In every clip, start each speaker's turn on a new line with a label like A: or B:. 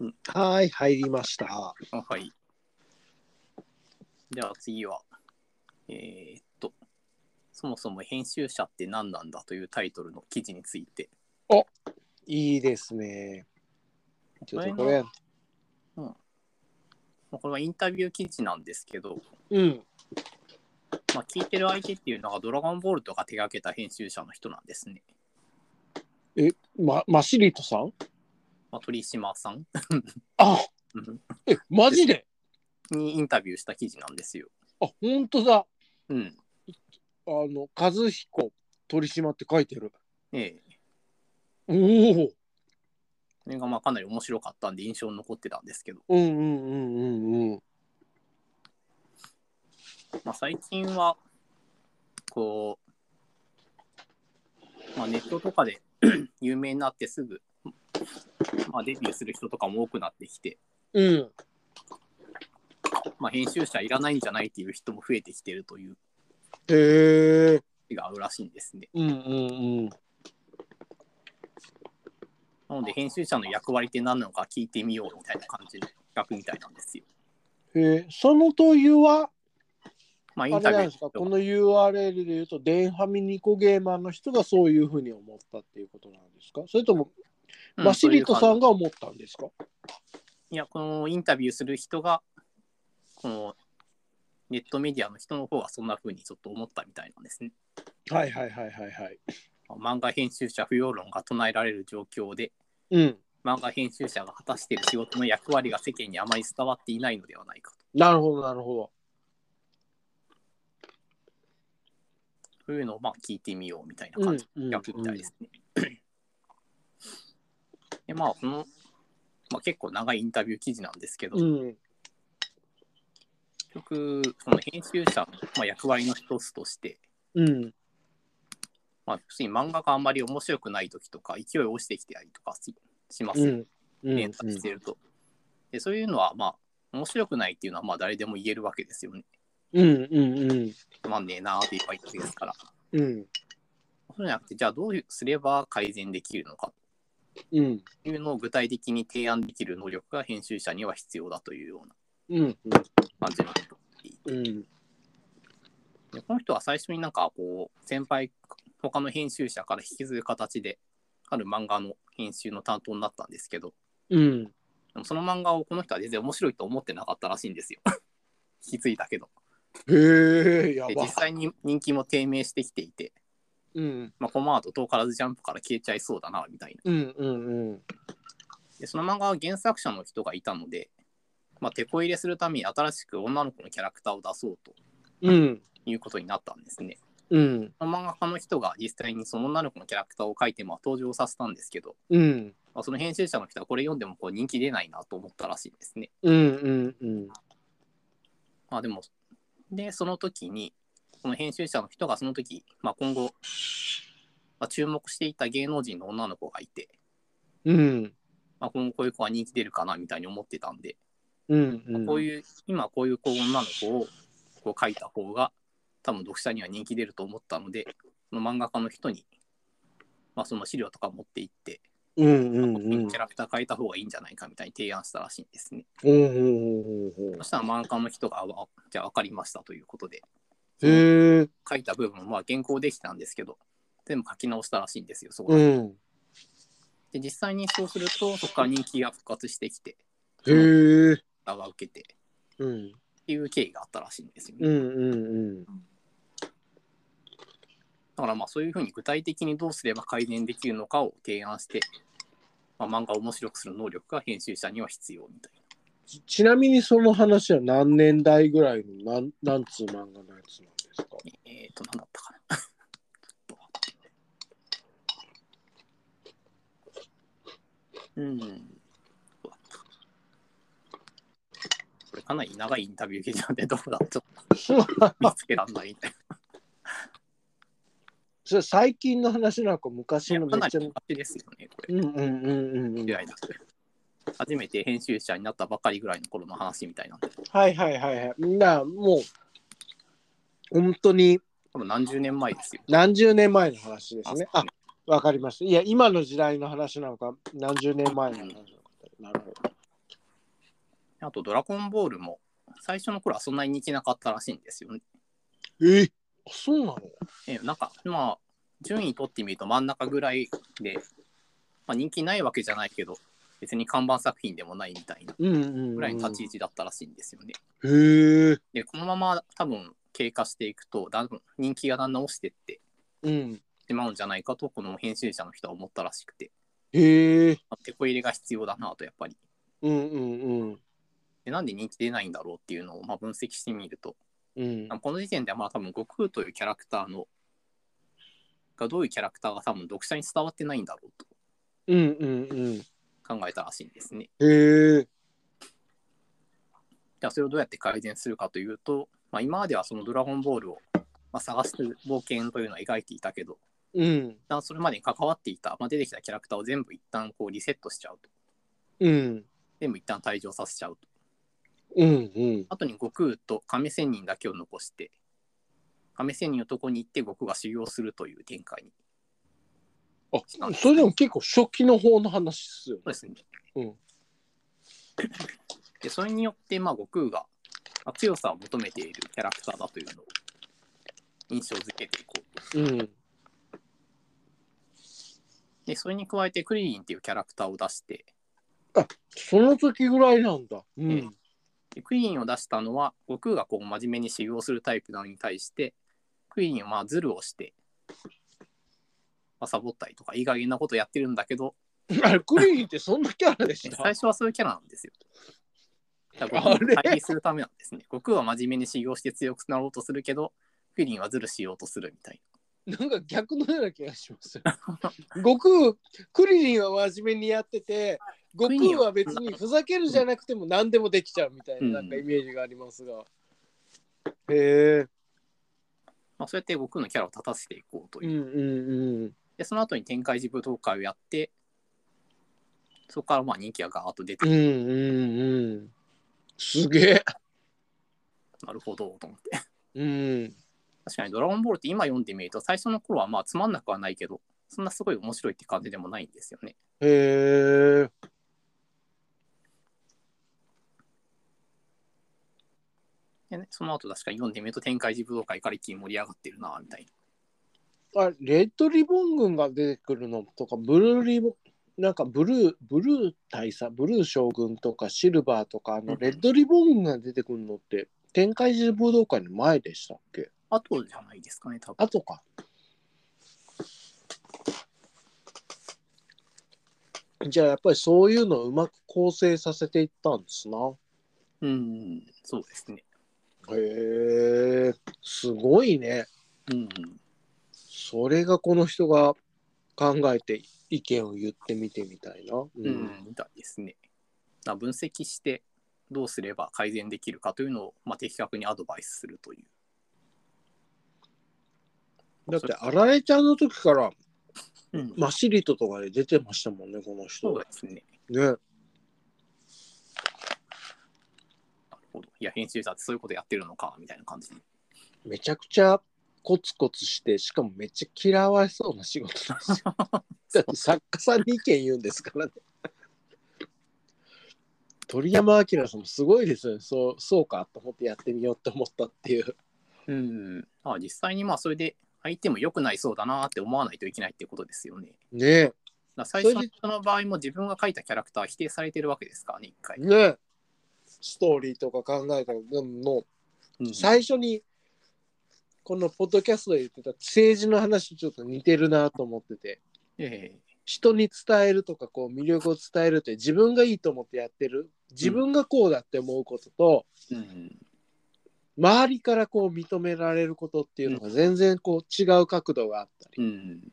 A: うんはーい、入りました。
B: あはい。では次は、えーっと、そもそも編集者って何なんだというタイトルの記事について、
A: いいですね。ちょっとこ
B: 前
A: れ、
B: まあ、これはインタビュー記事なんですけど、
A: うん。
B: まあ、聞いてる相手っていうのがドラゴンボールとか手掛けた編集者の人なんですね。
A: ま、マシリトさん
B: まあ、鳥島さん
A: あえ、マジで
B: にインタビューした記事なんですよ。
A: あ、ほんとだ。あ
B: うん。
A: の、和彦取締って書いてる。
B: ええ。
A: おお。
B: それがまあかなり面白かったんで印象に残ってたんですけど、
A: うんうんうんうんうん。
B: まあ、最近は、こう、まあ、ネットとかで 有名になってすぐ、まあ、デビューする人とかも多くなってきて、
A: うん。
B: まあ、編集者いらないんじゃないっていう人も増えてきてるという
A: へえ。
B: 気が合うらしいんですね。
A: うんうん
B: なので編集者の役割って何なのか聞いてみようみたいな感じの企画みたいなんですよ。
A: うん。へえ、その問いは、
B: まあ、イ
A: あ
B: ン
A: れ
B: タビ
A: なん
B: ュー
A: ですか、
B: と
A: こ
B: か
A: の URL で言うと、デンハミニコゲーマーの人がそういうふうに思ったっていうことなんですかそれとも、
B: う
A: マシリトさ
B: そういうん感
A: が思ったんですか
B: じいや、このインタビューする人が、このネットメディアの人の方がそんな風にちょっと思ったみたいなんですね。
A: はいはいはいはいはい。
B: 漫画編集者不要論が唱えられる状況で
A: うん。
B: 漫画編集者が果たしている仕事の役割が世間にあまり伝わっていないのではないか
A: なるほどなるほど。
B: というのをまあ聞いてみようみたいな
A: う
B: 感
A: ん
B: じ、逆みたいですね。でまあこの、まあ、結構長いインタビュー記事なんですけど、
A: う
B: 結
A: ん。
B: 局その編集者のまあ役割の一つとして、
A: うん。
B: まあ、普通に漫画があんまり面白くない時とか勢い落ちてきたりとかししますよね
A: ん。うん
B: 連載してると。でそういうのはまあ面白くないっていうのはまあ誰でも言えるわけですよね。
A: うんうんうん
B: つまんねえなーって言えばいいわけですから。
A: うん
B: そうじゃなくてじゃあどうすれば改善できるのか
A: うん
B: というのを具体的に提案できる能力が編集者には必要だというような
A: うん
B: 感じのことを言っていて
A: うん
B: でこの人は最初になんかこう先輩他の編集者から引き継ぐ形である漫画の編集の担当になったんですけど
A: うん
B: でもその漫画をこの人は全然面白いと思ってなかったらしいんですよ 引き継いだけど
A: へえや
B: で
A: ば
B: 実際に人気も低迷してきていて、
A: うん
B: まあ、このままだと遠からずジャンプから消えちゃいそうだなみたい
A: う
B: な
A: んうんうん
B: でその漫画は原作者の人がいたので、まあ、手こ入れするために新しく女の子のキャラクターを出そうと
A: うん
B: いうことになったんですね。
A: うん
B: その漫画家の人が実際にその女の子のキャラクターを描いてまあ登場させたんですけど、
A: うん
B: まあ、その編集者の人はこれ読んでもこう人気出ないなと思ったらしいんですね。
A: うんうんうん
B: まあ、でもでその時にその編集者の人がその時、まあ、今後、まあ、注目していた芸能人の女の子がいて、
A: うん
B: まあ、今後こういう子は人気出るかなみたいに思ってたんで、
A: うんうん
B: こういう、今こういうこう女の子をこう描いた方が、多分読者には人気出ると思ったので、その漫画家の人に、まあ、その資料とか持って行って、
A: うんうん
B: こう
A: う
B: い
A: ん
B: うキャラクター描いた方がいいんじゃないかみたいに提案したらしいんですね。
A: おお
B: そしたら漫画家の人が、わじゃあ分かりましたということで、
A: へえ
B: 描いた部分は原稿できたんですけど、全部書き直したらしいんですよ、そこ
A: う
B: で。
A: ん
B: で、実際にそうすると、そこから人気が復活してきて、
A: へえ
B: ダが受けてっ
A: うん
B: ていう経緯があったらしいんですよね。
A: うんうん
B: だからまあそういうふうに具体的にどうすれば改善できるのかを提案して、まあ、漫画を面白くする能力が編集者には必要みたいな。
A: ちちなみにその話は何年代ぐらいのなんなんつう漫画のやつなんですか
B: えっ、と、なんだったかな。ちょっとうん。どうだったこれかなり長いインタビュー記事なんでどうだちょっと見つけらんないみたい
A: それ最近の話なんか昔の
B: な。か
A: め
B: な
A: っち
B: り
A: ゃ
B: 昔ですよね、これ。
A: うんうんうんうん
B: ぐらいだ初めて編集者になったばかりぐらいの頃の話みたいなんで、
A: はいはいはいはい。だからもう、本当に
B: 多分何十年前ですよ。
A: 何十年前の話ですね。
B: あ
A: あ、わかりました。いや、今の時代の話なのか、何十年前の話なのか。なるほど。
B: あと、ドラゴンボールも、最初の頃はそんなに人気なかったらしいんですよね。
A: えあそうなの
B: えなんか、まあ、順位取ってみると真ん中ぐらいで、まあ、人気ないわけじゃないけど、別に看板作品でもないみたいな
A: うんうん、うん。
B: ぐらいの立ち位置だったらしいんですよね。
A: へえ。
B: で、このまま多分経過していくと、だん人気がだんだん落ちてって
A: うん。
B: しまうんじゃないかと、この編集者の人は思ったらしくて、
A: へえ。
B: まあ、手こ入れが必要だなと、やっぱり。
A: うんうんうん。
B: で、なんで人気出ないんだろうっていうのをまあ分析してみると、
A: うん。
B: この時点ではまあ多分悟空というキャラクターのがどういうキャラクターが多分読者に伝わってないんだろうと
A: うんうん
B: 考えたらしいんですね。
A: うん。へえ。
B: じゃあそれをどうやって改善するかというと、まあ、今まではそのドラゴンボールをまあ探す冒険というのを描いていたけど、
A: うん。
B: 一旦それまでに関わっていた、まあ、出てきたキャラクターを全部一旦こうリセットしちゃうと。
A: うん。
B: 全部一旦退場させちゃうと。
A: うんうん。
B: 後に悟空と亀仙人だけを残して、亀仙人のとこに行って悟空が修行するという展開に。
A: あ、それでも結構初期の方の話っすよね。
B: そうですね。
A: うん
B: で、それによって、まあ、悟空がまあ強さを求めているキャラクターだというのを印象づけていこうと。
A: うん。
B: で、それに加えて、クリリンっていうキャラクターを出して、
A: その時ぐらいなんだ。う
B: ええ
A: ん。
B: でクリリンを出したのは、悟空がこう真面目に修行するタイプなのに対して、クリリンはまあズルをして、まあ、サボったりとか、いい加減なことやってるんだけど、
A: あれ、クリーンってそんなキャラでし
B: 最
A: た。
B: 初はそういうキャラなんですよ。だから悟空
A: あ
B: と
A: れ
B: 対比するためなんですね。悟空は真面目に修行して強くなろうとするけど、クリリンはズルしようとするみたい
A: なんか逆のような気がしますよ。悟空、クリリンは真面目にやってて、悟空は別にふざけるじゃなくても何でもできちゃうみたいななんかイメージがありますが。へえ。
B: な。まあ、そうやって悟空のキャラを立たせていこうと
A: う
B: い
A: ん
B: う。
A: うんうん。
B: で、その後に展開時武道会をやって、そこからまあ人気がガーッと出て、
A: うんうんうん。すげえ。
B: なるほどと思って。
A: うん。
B: 確かにドラゴンボールって今読んでみると、最初の頃はまあつまんなくはないけど、そんなすごい面白いって感じでもないんですよね。
A: へえ。
B: でねその後確かに読んでみると展開時武道会から一気に盛り上がってるなみたいな。
A: あレッドリボン軍が出てくるのとか、ブルーリボン、なんかブルー、ブルー大佐、ブルー将軍とかシルバーとか、あ
B: う
A: の
B: ん
A: レッドリボン軍が出てくるのって、展開時武道会の前でしたっけ
B: あとじゃないですかね、多分。
A: あとか。じゃあやっぱりそういうのをうまく構成させていったんですな。
B: うん、そうですね。
A: へえ、すごいね。
B: うん、
A: それがこの人が考えて意見を言ってみてみたいな。う
B: うん、みたいですね。だから分析して、どうすれば改善できるかというのを、まあ、的確にアドバイスするという。
A: だってあられちゃんの時から
B: うん、
A: マシリトとかで出てましたもんねこの人
B: そうですね。
A: ね
B: なるほど。いや、編集者ってそういうことやってるのか、みたいな感じで。
A: めちゃくちゃコツコツしてしかもめっちゃ嫌われそうな仕事なんです よだって作家さんに意見言うんですからね鳥山明さんもすごいですよねそうそうかと思ってやってみようと思ったっていう
B: うん。まあ、実際に、まあ、それで、相手も良くないそうだなって思わないといけないってことですよね。
A: ねえ
B: だから最初の人の場合も自分が書いたキャラクターは否定されてるわけですからね、一回。
A: ねえストーリーとか考えたのの
B: うん
A: 最初にこのポッドキャストで言ってた政治の話とちょっと似てるなと思ってて
B: え
A: 人に伝えるとかこう魅力を伝えるって自分がいいと思ってやってる自分がこうだって思うことと、
B: えうん。
A: 周りからこう認められることっていうのが全然こう違う角度があったり、
B: うん。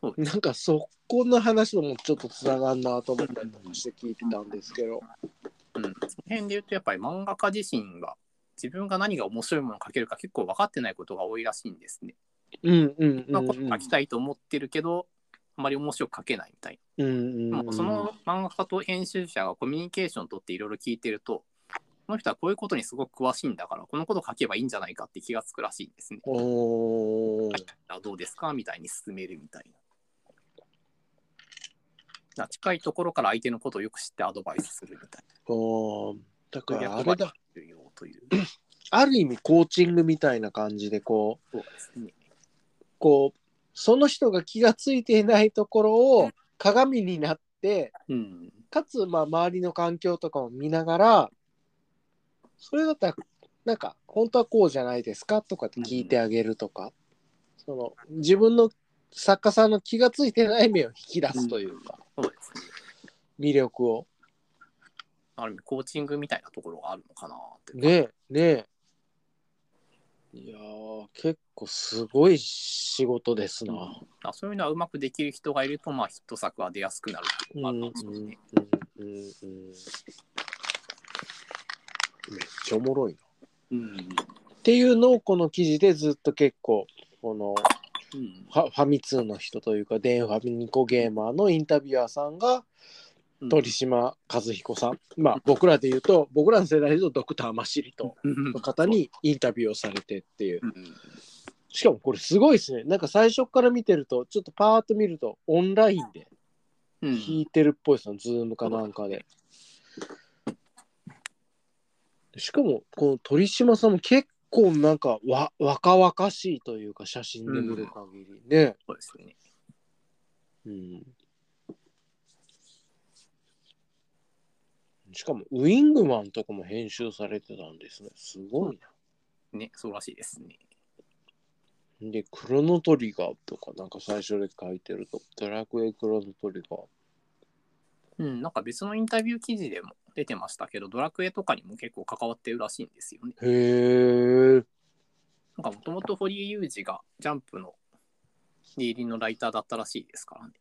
B: そうです
A: なんかそこの話ともちょっとつながんなと思ったりとかして聞いてたんですけど、
B: うん、その辺で言うとやっぱり漫画家自身が自分が何が面白いものを描けるか結構分かってないことが多いらしいんですね。
A: うんうんうん
B: まあ、
A: うん
B: こう描きたいと思ってるけどあんまり面白く描けないみたい
A: うん
B: な。
A: う
B: で
A: ん
B: もその漫画家と編集者がコミュニケーションをとっていろいろ聞いてるとこの人はこういうことにすごく詳しいんだからこのことを書けばいいんじゃないかって気がつくらしいんですね。
A: おー
B: あどうですかみたいに進めるみたいな。だから近いところから相手のことをよく知ってアドバイスするみたいな。
A: あーだか
B: 攻
A: ら
B: 略
A: あれ
B: 版
A: だ。
B: 重要 という。
A: ある意味コーチングみたいな感じでこう
B: そうですね。
A: こうその人が気がついていないところを鏡になって
B: うん。
A: かつまあ周りの環境とかを見ながらそれだったらなんか本当はこうじゃないですかとかって聞いてあげるとか、その自分の作家さんの気がついてない面を引き出すというか、
B: そうですね。
A: 魅力を。
B: ある意味、コーチングみたいなところがあるのかなって。
A: ねえねえいやー結構すごい仕事ですな、
B: あそういうのはうまくできる人がいると、まあ、ヒット作は出やすくなる
A: う
B: と
A: んう
B: かあ
A: ん
B: る
A: うん
B: かもしれないね。
A: うんうんめっちゃおもろいな。
B: うん。
A: っていうのをこの記事でずっと結構この
B: うん
A: ファファミ通の人というか電ファミニコゲーマーのインタビュアーさんが
B: うん
A: 鳥島和彦さん、まあ僕らで言うと僕らの世代で言うとドクターマシリとの方にインタビューをされてっていう
B: うん、
A: しかもこれすごいですね。なんか最初から見てると、ちょっとパーッと見ると、オンラインで
B: うん
A: 弾いてるっぽいですね、ズームかなんかで。しかも、この鳥島さんも結構なんかわ若々しいというか、写真で見る限りね。
B: そうですね。
A: うんしかも、ウィングマンとかも編集されてたんですね。すごいな。
B: ね、そうらしいですね。
A: で、クロノトリガーとか、なんか最初で書いてると、ドラクエクロノトリガー。
B: うん、なんか別のインタビュー記事でも出てましたけど、ドラクエとかにも結構関わってるらしいんですよね。
A: へえ。
B: なんかもともと堀井雄二がジャンプのリーリのライターだったらしいですからね。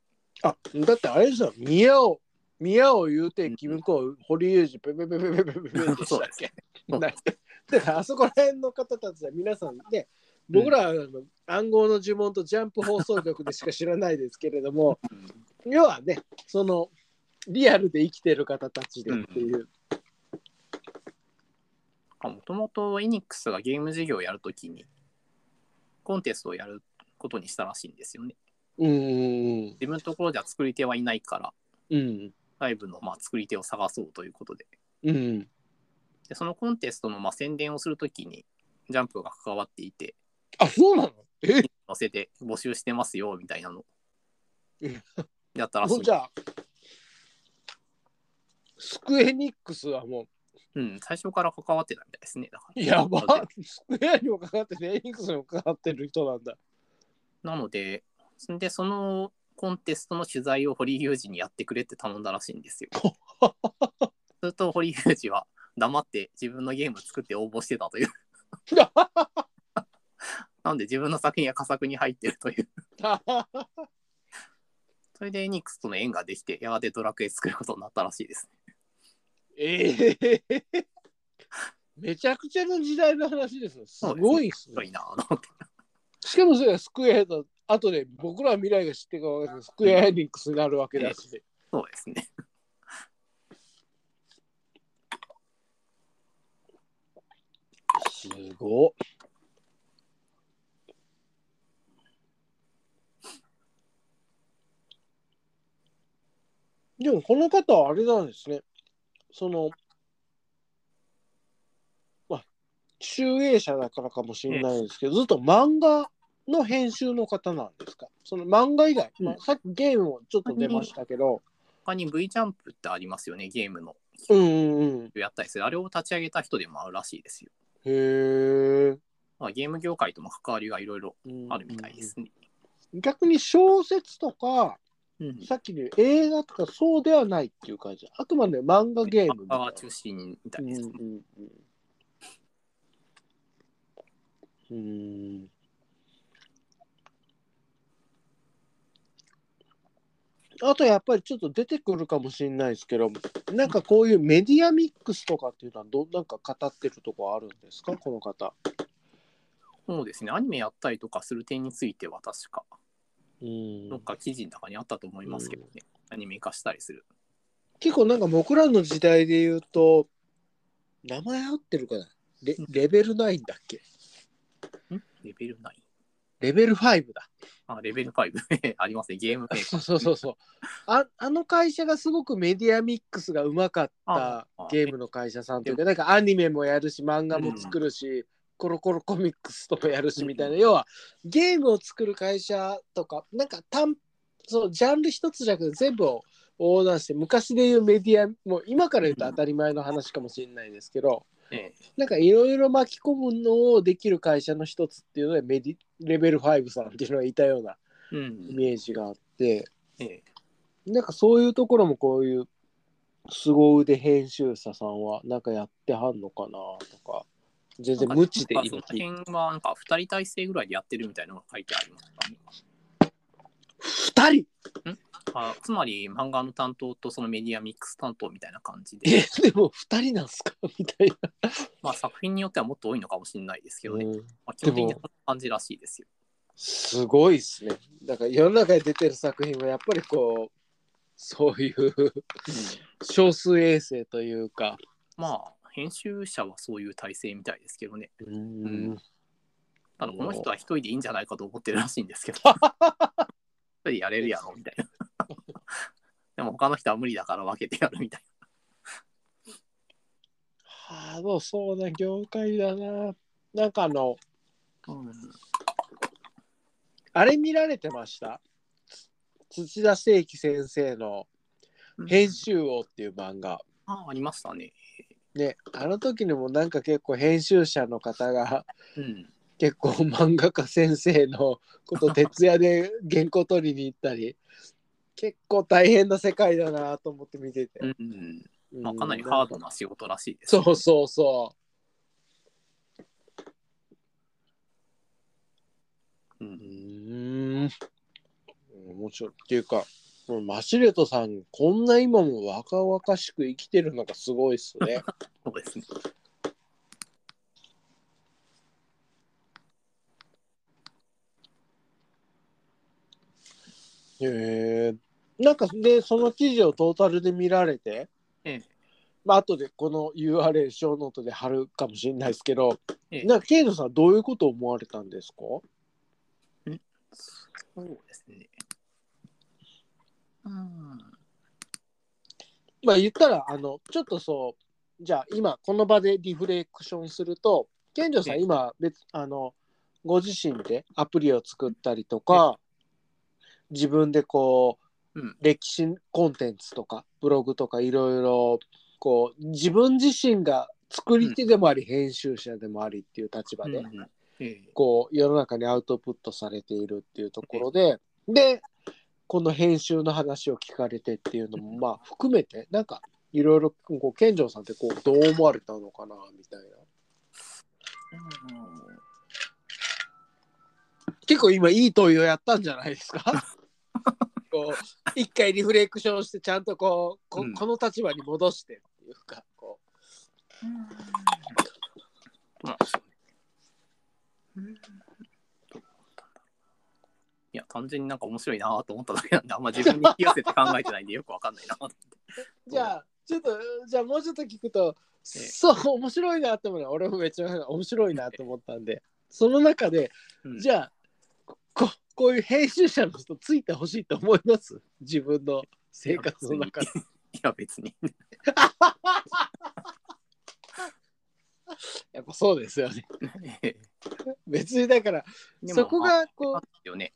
A: あ、だってあれですよ、宮尾、宮尾言うて、君子、堀裕二、ペペペペペペペペペで
B: そ
A: した
B: うで
A: っ
B: す
A: け
B: ね。
A: なだからあそこら辺の方たちは皆さんね、僕らはあの暗号の呪文とジャンプ放送局でしか知らないですけれども、要はね、そのリアルで生きてる方たちでっていう。
B: もともとエニックスがゲーム事業をやるときにコンテストをやることにしたらしいんですよね。
A: うんうん
B: 自分のところじゃ作り手はいないから
A: うん
B: 外部のまあ作り手を探そうということで
A: うん
B: でそのコンテストのまあ宣伝をするときにジャンプが関わっていて
A: あ、そうなのえ
B: 載せて募集してますよみたいなの
A: うん
B: やったらし
A: も
B: いう
A: じゃあ、スクエニックスはもう
B: うん、最初から関わってたみたいですね。だから
A: やば
B: なので
A: スクエアにもかかってて、エニックスにもかかってる人なんだ。
B: なので、そんで、そのコンテストの取材を堀井雄二にやってくれって頼んだらしいん ですよ。すると堀井雄二は黙って自分のゲーム作って応募してた という。なんで自分の作品は佳作に入ってるという。それでエニックスとの縁ができて、やがてドラクエ作ることになったらしいですね。
A: ええめちゃくちゃな時代の話ですね。すごいっす
B: すごい
A: ね。
B: なぁと思って。
A: しかもそれはスクエアと、あとで僕らは未来が知ってるか分かんないけど、スクエアエニックスになるわけだし、
B: そうですね。
A: すごっ。でもこの方はあれなんですね。その、まあ、集英者だからかもしれないですけど、ずっと漫画の編集の方なんですかその漫画以外、まあ
B: うん
A: さっきゲームもちょっと出ましたけど、
B: 他に V ジャンプってありますよね、ゲームの。
A: うんうんうん。
B: やったりする。あれを立ち上げた人でもあるらしいですよ。
A: へえ。
B: まあ、ゲーム業界とも関わりがいろいろあるみたいで
A: うん
B: すね。
A: うん。逆に小説とか、
B: うん
A: さっきの映画とかそうではないっていう感じ。あくまで漫画ゲームみたい
B: 漫画
A: な
B: が中心みたいですね。
A: うんうんうん。うーん。あとやっぱりちょっと出てくるかもしれないですけど、なんかこういうメディアミックスとかっていうのはどなんか語ってるとこあるんですかこの方。
B: そうですね、アニメやったりとかする点については確か、
A: うん
B: どっか記事の中にあったと思いますけどね、アニメ化したりする。
A: 結構なんか僕らの時代で言うと名前合ってるかなレレベル9だっけ
B: んレベル9
A: レベル5だ。
B: あ、レベル5 ありますね、ゲームメーカー。
A: そうそうそうそう。ああの会社がすごくメディアミックスがうまかっ
B: あ
A: た
B: あ
A: ゲームの会社さんというか、なんかアニメもやるし、漫画も作るし、コロコロコミックスとかやるしみたいな、要はゲームを作る会社とか、なんか単、そのジャンル一つじゃなくて全部を横断して、昔で言うメディア、もう今から言うと当たり前の話かもしれないですけど、
B: え
A: なんかいろいろ巻き込むのをできる会社の一つっていうので、メディレベル5さんっていうのがいたような
B: えう
A: イ
B: ん
A: メージがあって、
B: ええ
A: なんかそういうところもこういう凄腕編集者さんはなんかやってはんのかなとか全然無知で
B: なんか
A: 今
B: その辺はなんか2人体制ぐらいでやってるみたいなのが書いてありましたね
A: 2人
B: あつまり漫画の担当とそのメディアミックス担当みたいな感じで、
A: えでも2人なんすかみたいな、
B: まあ、作品によってはもっと多いのかもしれないですけどね、
A: うん
B: まあ、基本的にそんな感じらしいですよ。
A: すごいっすねだから世の中に出てる作品はやっぱりこうそういう少数衛星というか
B: まあ編集者はそういう体制みたいですけどね。
A: うん
B: ただこの人は一人でいいんじゃないかと思ってるらしいんですけど。一人やれるやろみたいな。 でも他の人は無理だから分けてやるみたい
A: ハードそうな業界だななんかあの
B: な。うん、
A: あれ見られてましたつ土田聖輝先生の「編集王」っていう漫画。
B: あありましたね。
A: ね、あの時にもなんか結構編集者の方が
B: うん。
A: 結構漫画家先生のこと徹夜で原稿取りに行ったり結構大変な世界だなと思って見てて、
B: うん
A: うん
B: まあ、かなりハードな仕事らしいです、
A: そうそうそ
B: うん
A: ううーん面白いっていうかもうマシレトさんこんな今も若々しく生きてるのがすごいっすね
B: そうですね。
A: へえなんかでその記事をトータルで見られて
B: ええ
A: まあ後でこの URL 小ノートで貼るかもしれないですけど、
B: ええ
A: なんかケイトさんはどういうことを思われたんですか
B: そうですね。うん。
A: まあ言ったらあのちょっとそうじゃあ今この場でリフレクションするとケンジョさ
B: え
A: ん
B: え
A: 今別あのご自身でアプリを作ったりとか自分でこう、
B: うん
A: 歴史コンテンツとかブログとかいろいろこう自分自身が作り手でもあり、編集者でもありっていう立場で、
B: うんええ
A: こう世の中にアウトプットされているっていうところで、でこの編集の話を聞かれてっていうのもまあ含めてなんかいろいろこう健丈さんってこうどう思われたのかなみたいな
B: うん
A: 結構今いい問いをやったんじゃない ですかこう一回リフレクションしてちゃんとこうこ,、
B: うん
A: この立場に戻してっていうかこ
B: どうなんでしょうね。どうだったんだろういや、単純になんか面白いなと思っただけなんで、あんま自分に引き寄せて考えてないんで、よくわかんないなと思って。
A: うじゃあちょっとじゃあもうちょっと聞くと、
B: ええ
A: そう面白いなって思うのは俺もめっちゃ面白いなと思ったんでその中で
B: うん
A: じゃあここういう編集者の人ついてほしいと思います自分の生活の中で。
B: いや、別に。
A: やっぱそうですよね。別にだから
B: でも
A: そこ
B: まあ
A: がこ
B: ですよね。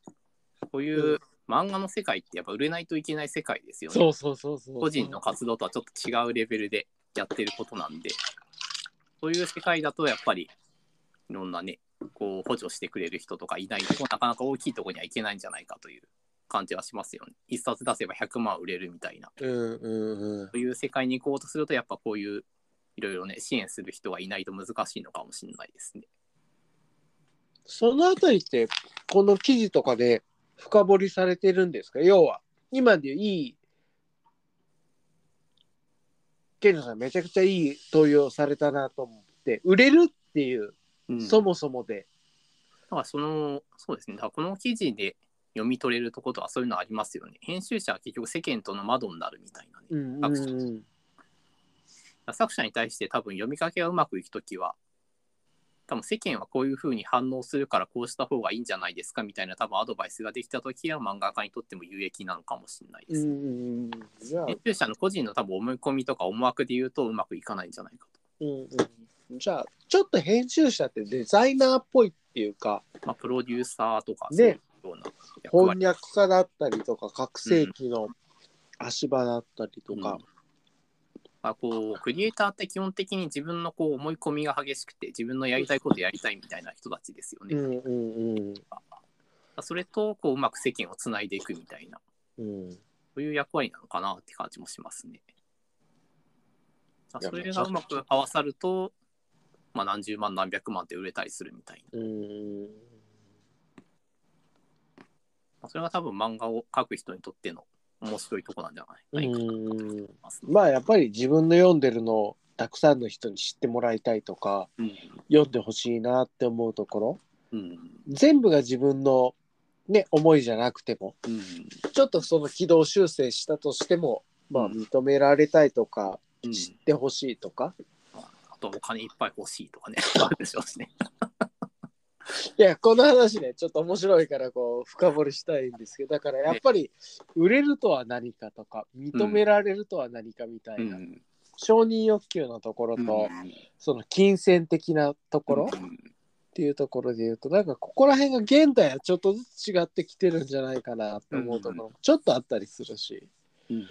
B: こういう漫画の世界ってやっぱ売れないといけない世界です
A: う
B: よね。
A: そうそうそうそう
B: 個人の活動とはちょっと違うレベルでやってることなんで、そういう世界だとやっぱりいろんなね、こう補助してくれる人とかいないと、なかなか大きいところには行けないんじゃないかという感じはしますよね。一冊出せば100万売れるみたいな、
A: うんうんうん
B: そういう世界に行こうとすると、やっぱこういういろいろね、支援する人がいないと難しいのかもしれないですね。
A: そのあたりってこの記事とかで深掘りされてるんですか要は今でいういいケンジさんめちゃくちゃいい問いをされたなと思って売れるっていう、
B: うん
A: そもそもで。
B: だからその、そうですね、だからこの記事で読み取れるところとはそういうのありますよね。編集者は結局世間との窓になるみたいなね。
A: うんうんうん
B: 作者に対して多分読みかけがうまくいくときは多分世間はこういう風に反応するからこうした方がいいんじゃないですかみたいな多分アドバイスができた時は漫画家にとっても有益なのかもしれないで
A: う
B: す。
A: ん。じゃあ、
B: 編集者の個人の多分思い込みとか思惑で言うとうまくいかないんじゃないか
A: うんうん、じゃあ、ちょっと編集者ってデザイナーっぽいっていうか、
B: と。まあ、プロデューサーとか
A: ね
B: そういうような役
A: 翻
B: 割
A: 訳家だったりとか、覚醒器の足場だったりとか。
B: まあ、こうクリエイターって基本的に自分のこう思い込みが激しくて自分のやりたいことやりたいみたいな人たちですよね。
A: うんうんうん。
B: それとこううまく世間をつないでいくみたいな
A: うん、
B: そういう役割なのかなって感じもしますね。
A: いや
B: それがうまく合わさると、まあ、何十万何百万って売れたりするみたいな。
A: うん、
B: まあそれが多分漫画を描く人にとっての面白いとこなんじゃないかなと思いますね。
A: まあやっぱり自分の読んでるのをたくさんの人に知ってもらいたいとか
B: うん
A: 読んでほしいなって思うところ
B: うん
A: 全部が自分の、ね、思いじゃなくても
B: うん
A: ちょっとその軌道修正したとしても、まあ、
B: うん
A: 認められたいとか、
B: うん
A: 知ってほしいとか、
B: あとお金いっぱい欲しいとかね、 あるでしょうしね。
A: いやこの話ねちょっと面白いからこう深掘りしたいんですけどだからやっぱり売れるとは何かとか認められるとは何かみたいな、
B: ん
A: 承認欲求のところと、その金銭的なところっ
B: うん
A: ていうところで言うとなんかここら辺が現代はちょっとずつ違ってきてるんじゃないかなって思うところもちょっとあったりするし。
B: うん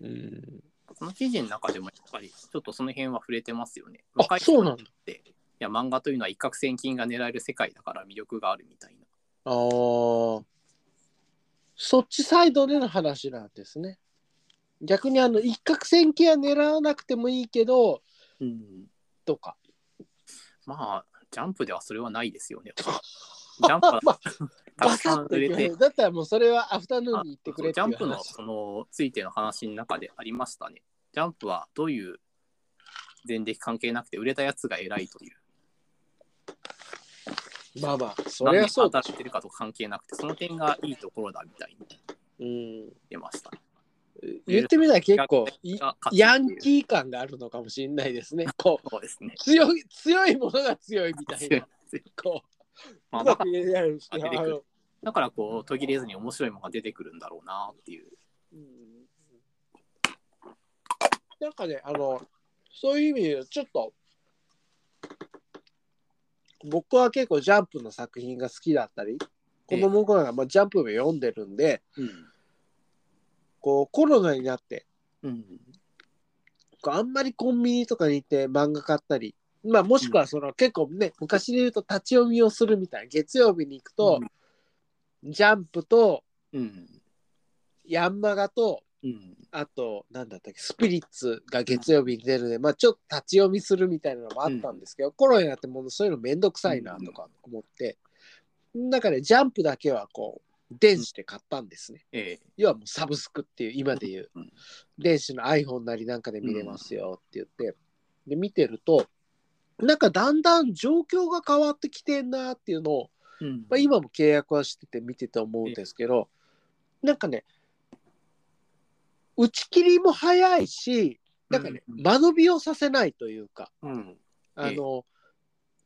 A: うん、
B: その記事の中でもやっぱりちょっとその辺は触れてますよね。
A: あそうなんだ。
B: っていや漫画というのは一攫千金が狙える世界だから魅力があるみたいな。
A: あーそっちサイドでの話なんですね。逆にあの一攫千金は狙わなくてもいいけどとか。
B: まあジャンプではそれはないです よね。ジャンプはた
A: バ
B: くさ
A: サ
B: ん
A: ッと
B: 売れ
A: いけ
B: て
A: る。だったらもうそれはアフタヌー
B: あ
A: ンに行ってくれって
B: ジ
A: い
B: ャ
A: う
B: ンプの
A: 話
B: そのついての話の中でありましたね。ジャンプはどういう前歴関係なくて売れたやつが偉いという。
A: まあまあそれはそうだ
B: 何年。働いてるかとか関係なくてその点がいいところだみたいに言っ
A: うん、
B: てましたね。
A: 言ってみたら結構い
B: が勝つっていう
A: ヤンキー感があるのかもしれないですね。こう
B: そうですね。
A: 強い強いものが強いみたいな。こう
B: まあ
A: うまく言えないですけど
B: 出てくる
A: あの
B: だからこう途切れずに面白いものが出てくるんだろうなっていう。
A: うんなんかねあのそういう意味で言うとちょっと僕は結構ジャンプの作品が好きだったり子供の頃から、まあ、ジャンプも読んでるんで
B: うん。
A: こうコロナになって
B: うん。
A: こうあんまりコンビニとかに行って漫画買ったり、まあ、もしくはその、結構ね昔で言うと立ち読みをするみたいな月曜日に行くと、ジャンプと
B: うん。
A: ヤンマガと
B: うん。
A: あと、なんだったっけ、スピリッツが月曜日に出るので、まあちょっと立ち読みするみたいなのもあったんですけど、コロナになってもうそういうのめんどくさいなとか思って、だから、ジャンプだけはこう、電子で買ったんですね。
B: ええ。
A: 要はもうサブスクっていう、今でいう
B: うん、
A: 電子の iPhone なりなんかで見れますよって言って、で、見てると、なんかだんだん状況が変わってきてんなっていうのを、
B: うん
A: まあ、今も契約はしてて見てて思うんですけど、なんかね、打ち切りも早いし、なんかね、
B: うん
A: 間延びをさせないというか、
B: うん。
A: あの、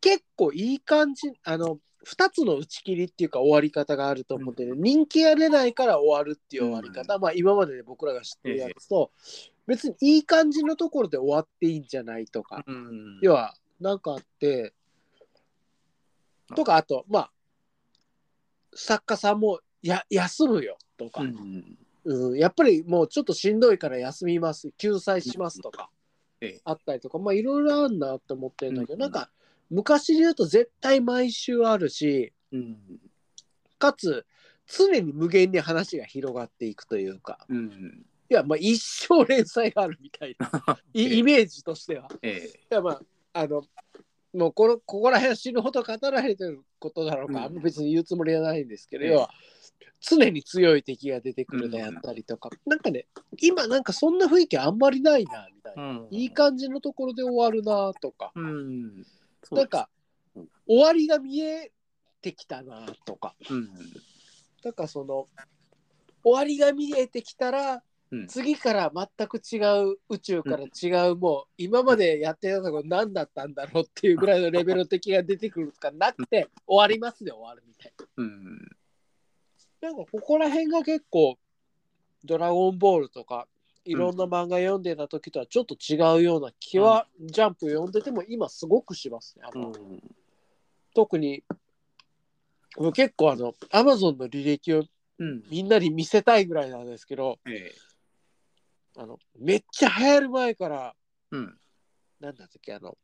A: 結構いい感じ、あの、2つの打ち切りっていうか終わり方があると思って、ね人気が出ないから終わるっていう終わり方、まあ今までで僕らが知ってるやつと、別にいい感じのところで終わっていいんじゃないとか、
B: うん。
A: 要はなんかあってとかあとまあ作家さんもや休むよとか、
B: う
A: うん
B: ん。
A: やっぱりもうちょっとしんどいから休みます救済しますとか、
B: ええ
A: あったりとかまあいろいろあるなって思ってるんだけど、
B: うん
A: なんか昔で言うと絶対毎週あるし
B: うん。
A: かつ常に無限に話が広がっていくというか
B: うん。
A: いやまあ一生連載があるみたいな い
B: ええ
A: イメージとしては。
B: ええ。
A: いやまああのもうこのここら辺は死ぬほど語られてることだろうか、
B: うん
A: あんま別に言うつもりはないんですけど、
B: ええ
A: 要は常に強い敵が出てくるであったりとか、なんかね今なんかそんな雰囲気あんまりないなみたいな、
B: うん。
A: いい感じのところで終わるなとか、
B: うん。
A: なんか
B: うん
A: 終わりが見えてきたなとか
B: そうです。
A: なんかその終わりが見えてきたら
B: うん
A: 次から全く違う宇宙から違う、もう今までやってたとこ何だったんだろうっていうぐらいのレベルの敵が出てくるとかなくて終わりますで終わるみたい
B: うん。
A: な。なんかここら辺が結構「ドラゴンボール」とかいろんな漫画読んでた時とはちょっと違うような気は、ジャンプ読んでても今すごくしますね。あ
B: う
A: の
B: ん
A: 特に僕結構あのアマゾンの履歴を
B: うん。
A: みんなに見せたいぐらいなんですけど
B: ええ
A: あのめっちゃ流行る前から
B: うん。
A: なんだったっけあの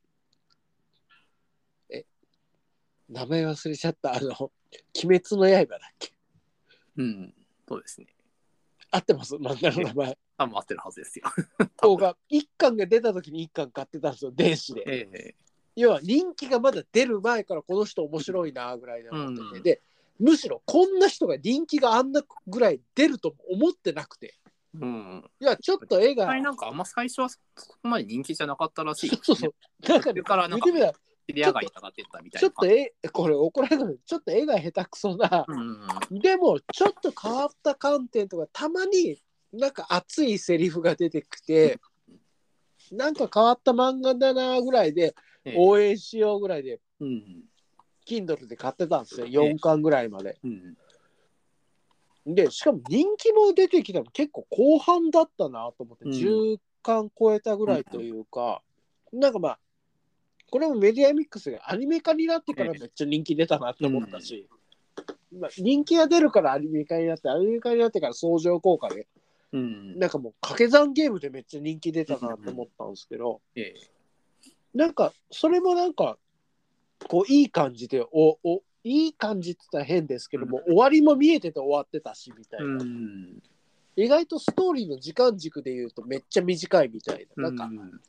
A: え名前忘れちゃったあの「鬼滅の刃」だっけ
B: うん。そうですね。
A: 合ってます漫画の名前
B: 多分合ってるはずですよ。
A: こうが1巻が出た時に1巻買ってたんですよ電子で
B: ええ
A: 要は人気がまだ出る前からこの人面白いなぐらいな思ってて、
B: うん
A: でむしろこんな人が人気があんなぐらい出るとも思ってなくて
B: うん。
A: 要はちょっと絵
B: 実
A: が
B: 際なんかあんま最初はそこまで人気じゃなかったらしい。
A: そうそう。なんか
B: そ
A: ね
B: れから
A: 言
B: なん
A: っ
B: か
A: てみたら
B: 知り上がり上がってったみたい
A: ちょ
B: な
A: っと
B: 感じ。
A: 絵これ怒られるのちょっと絵が下手くそな
B: うん。
A: でもちょっと変わった観点とかたまになんか熱いセリフが出てきてなんか変わった漫画だなぐらいで
B: ええ
A: 応援しようぐらいで
B: うん。
A: Kindle で買ってたんですよ4巻ぐらいまで。
B: うん。
A: でしかも人気も出てきたの結構後半だったなと思って、
B: うん
A: 10巻超えたぐらいというか、なんかまあこれもメディアミックスがアニメ化になってからめっちゃ人気出たなって思ったし、まあ、人気が出るからアニメ化になってアニメ化になってから相乗効果で
B: うん。
A: なんかもう掛け算ゲームでめっちゃ人気出たなって思ったんですけど、
B: ええ
A: なんかそれもなんかこういい感じでおおいい感じって言ったら変ですけども、終わりも見えてて終わってたしみたいな。
B: うん。
A: 意外とストーリーの時間軸で言うとめっちゃ短いみたいな。なんか、
B: うん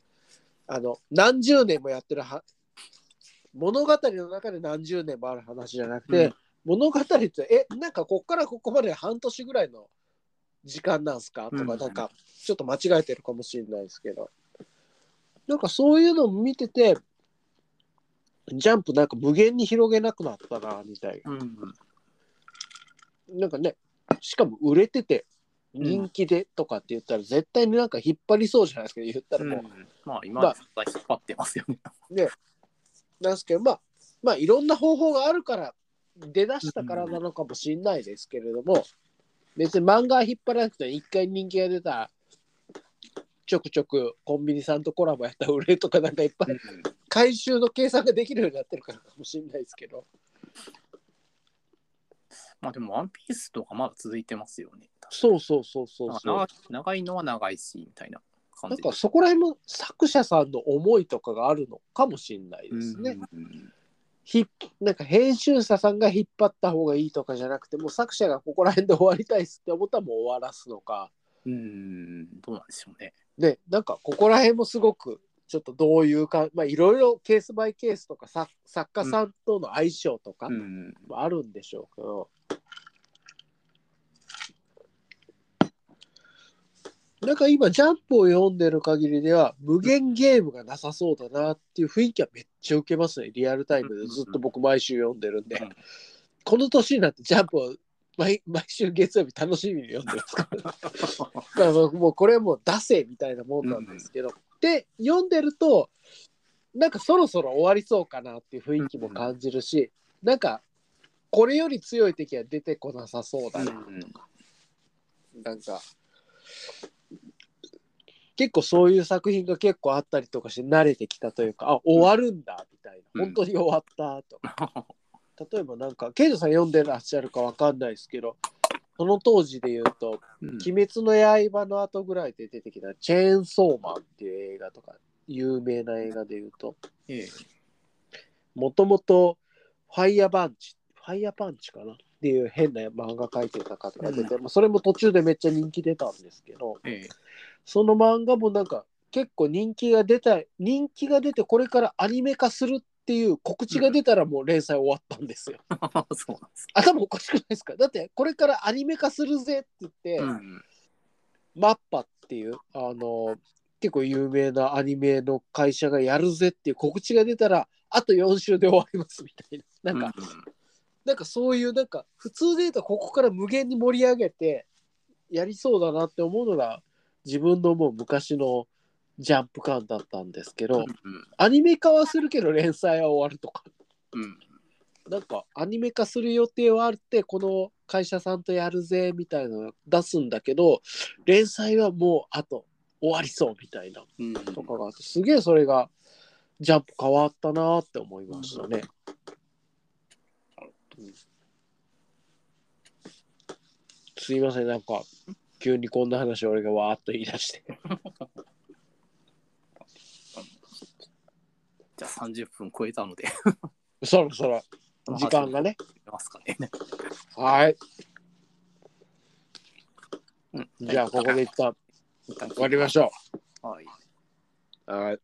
A: あの、何十年もやってるは、物語の中で何十年もある話じゃなくて、
B: うん
A: 物語って、え、なんかこっからここまで半年ぐらいの時間なんすかとか、
B: うん
A: なんか、ちょっと間違えてるかもしれないですけど、なんかそういうのを見てて、ジャンプなんか無限に広げなくなったな、みたいな。
B: うん。
A: なんかね、しかも売れてて、
B: ん
A: 人気でとかって言ったら、絶対になんか引っ張りそうじゃないですか、言ったら
B: う
A: もう。
B: んまあ今まで絶対引っ張ってますよね。
A: なんですけど、まあ、まあ、いろんな方法があるから、出だしたからなのかもしれないですけれども、別に漫画は引っ張らなくて、一回人気が出たら、ちょくちょくコンビニさんとコラボやったら売れるとか、なんかいっぱい回収の計算ができるようになってるからかもしれないですけど、
B: まあでもワンピースとかまだ続いてますよね。
A: そうそうそうそう
B: まあ
A: そう。
B: 長長いのは長いしみたいな感
A: なん
B: じで
A: かそこら辺も作者さんの思いとかがあるのかもしれないですね。
B: うん
A: ひっなんか編集者さんが引っ張った方がいいとかじゃなくてもう作者がここら辺で終わりたいっすって思ったらもう終わらすのか
B: うん、どうなんでしょうね。
A: でなんかここら辺もすごくちょっとどういうかまあいろいろケースバイケースとかさ作家さんとの相性とか
B: うん、
A: もあるんでしょうけど、なんか今ジャンプを読んでる限りでは無限ゲームがなさそうだなっていう雰囲気はめっちゃ受けますねリアルタイムでずっと僕毎週読んでるんで。
B: うん
A: この年になってジャンプを毎毎週月曜日楽しみに読んでますからだ からもうこれはもう出せみたいなもんなんですけど、で読んでるとなんかそろそろ終わりそうかなっていう雰囲気も感じるし、なんかこれより強い敵は出てこなさそうだな、なんか結構そういう作品が結構あったりとかして慣れてきたというかあ終わるんだみたいな、
B: うん
A: 本当に終わったと例えばなんかケイトさん読んでらっしゃるかわかんないですけどその当時で言うと
B: うん
A: 「鬼滅の刃」の後ぐらいで出てきた「チェーンソーマン」っていう映画とか有名な映画で言うと
B: ええ
A: もともと「ファイヤーパンチ」「ファイヤーパンチ」かなっていう変な漫画描いてた方が出て、まあそれも途中でめっちゃ人気出たんですけど
B: ええ
A: その漫画もなんか結構人気が出た人気が出てこれからアニメ化するっていう告知が出たらもう連載終わったんですよ。
B: そうなんです。
A: 頭おかしくないですかだってこれからアニメ化するぜって言って、
B: うん、
A: マッパっていうあの結構有名なアニメの会社がやるぜっていう告知が出たらあと4週で終わりますみたいななんか、なんかそういうなんか普通で言うとここから無限に盛り上げてやりそうだなって思うのが自分のもう昔のジャンプ感だったんですけど、アニメ化はするけど連載は終わるとか
B: うんうん
A: なんかアニメ化する予定はあってこの会社さんとやるぜみたいなの出すんだけど連載はもうあと終わりそうみたいな
B: うん
A: とかがあってすげえそれがジャンプ変わったなーって思いましたね。うんすいませんなんか急にこんな話を俺がわーっと言い出して
B: じゃあ30分超えたので
A: そろそろ時間がね
B: 出ますかね。
A: はい
B: うん
A: じゃあここで一旦
B: 一旦
A: 終わりましょ
B: はい。
A: う。はい